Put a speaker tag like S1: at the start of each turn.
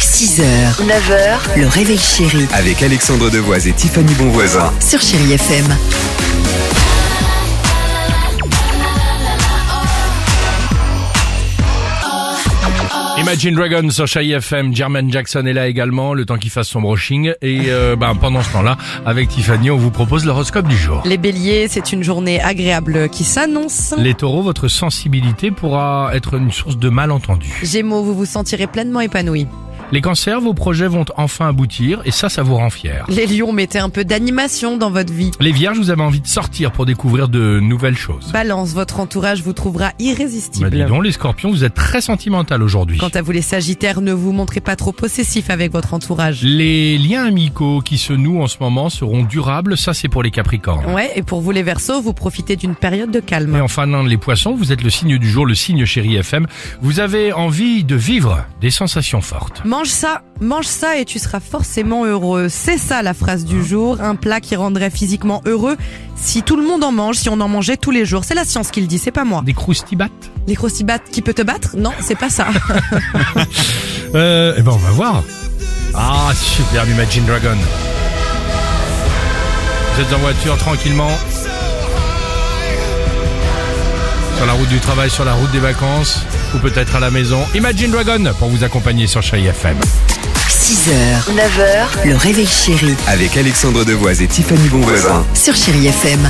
S1: 6h, 9h, le réveil chéri
S2: Avec Alexandre Devoise et Tiffany Bonvoisin.
S1: sur Chéri FM.
S3: Imagine Dragons sur Chai FM, German Jackson est là également, le temps qu'il fasse son brushing. Et euh, ben, pendant ce temps-là, avec Tiffany, on vous propose l'horoscope du jour.
S4: Les béliers, c'est une journée agréable qui s'annonce.
S3: Les taureaux, votre sensibilité pourra être une source de malentendus.
S4: Gémeaux, vous vous sentirez pleinement épanoui.
S3: Les cancers, vos projets vont enfin aboutir et ça, ça vous rend fier.
S4: Les lions, mettez un peu d'animation dans votre vie.
S3: Les vierges, vous avez envie de sortir pour découvrir de nouvelles choses.
S4: Balance, votre entourage vous trouvera
S3: Bah, dis
S4: irrésistible.
S3: donc, les scorpions, vous êtes très sentimental aujourd'hui.
S4: Quant à vous les sagittaires, ne vous montrez pas trop possessif avec votre entourage.
S3: Les liens amicaux qui se nouent en ce moment seront durables, ça c'est pour les capricornes.
S4: Ouais, et pour vous les versos, vous profitez d'une période de
S3: Et
S4: calme.
S3: enfin, l'un les poissons, vous êtes le signe du jour, le signe chéri FM. Vous avez envie de vivre des sensations fortes.
S4: Mange ça, mange ça et tu seras forcément heureux. C'est ça la phrase du jour, un plat qui rendrait physiquement heureux si tout le monde en mange, si on en mangeait tous les jours. C'est la science qui le dit, c'est pas moi.
S3: Des croustibates
S4: Les crostibates qui peut te battre Non, c'est pas ça.
S3: Euh, eh ben on va voir. Ah, superbe Imagine Dragon. Vous êtes en voiture tranquillement. Sur la route du travail, sur la route des vacances, ou peut-être à la maison. Imagine Dragon pour vous accompagner sur Chéri FM.
S1: 6h, 9h, le réveil chéri
S2: Avec Alexandre Devoise et Tiffany Bonvoisin.
S1: sur Chéri FM.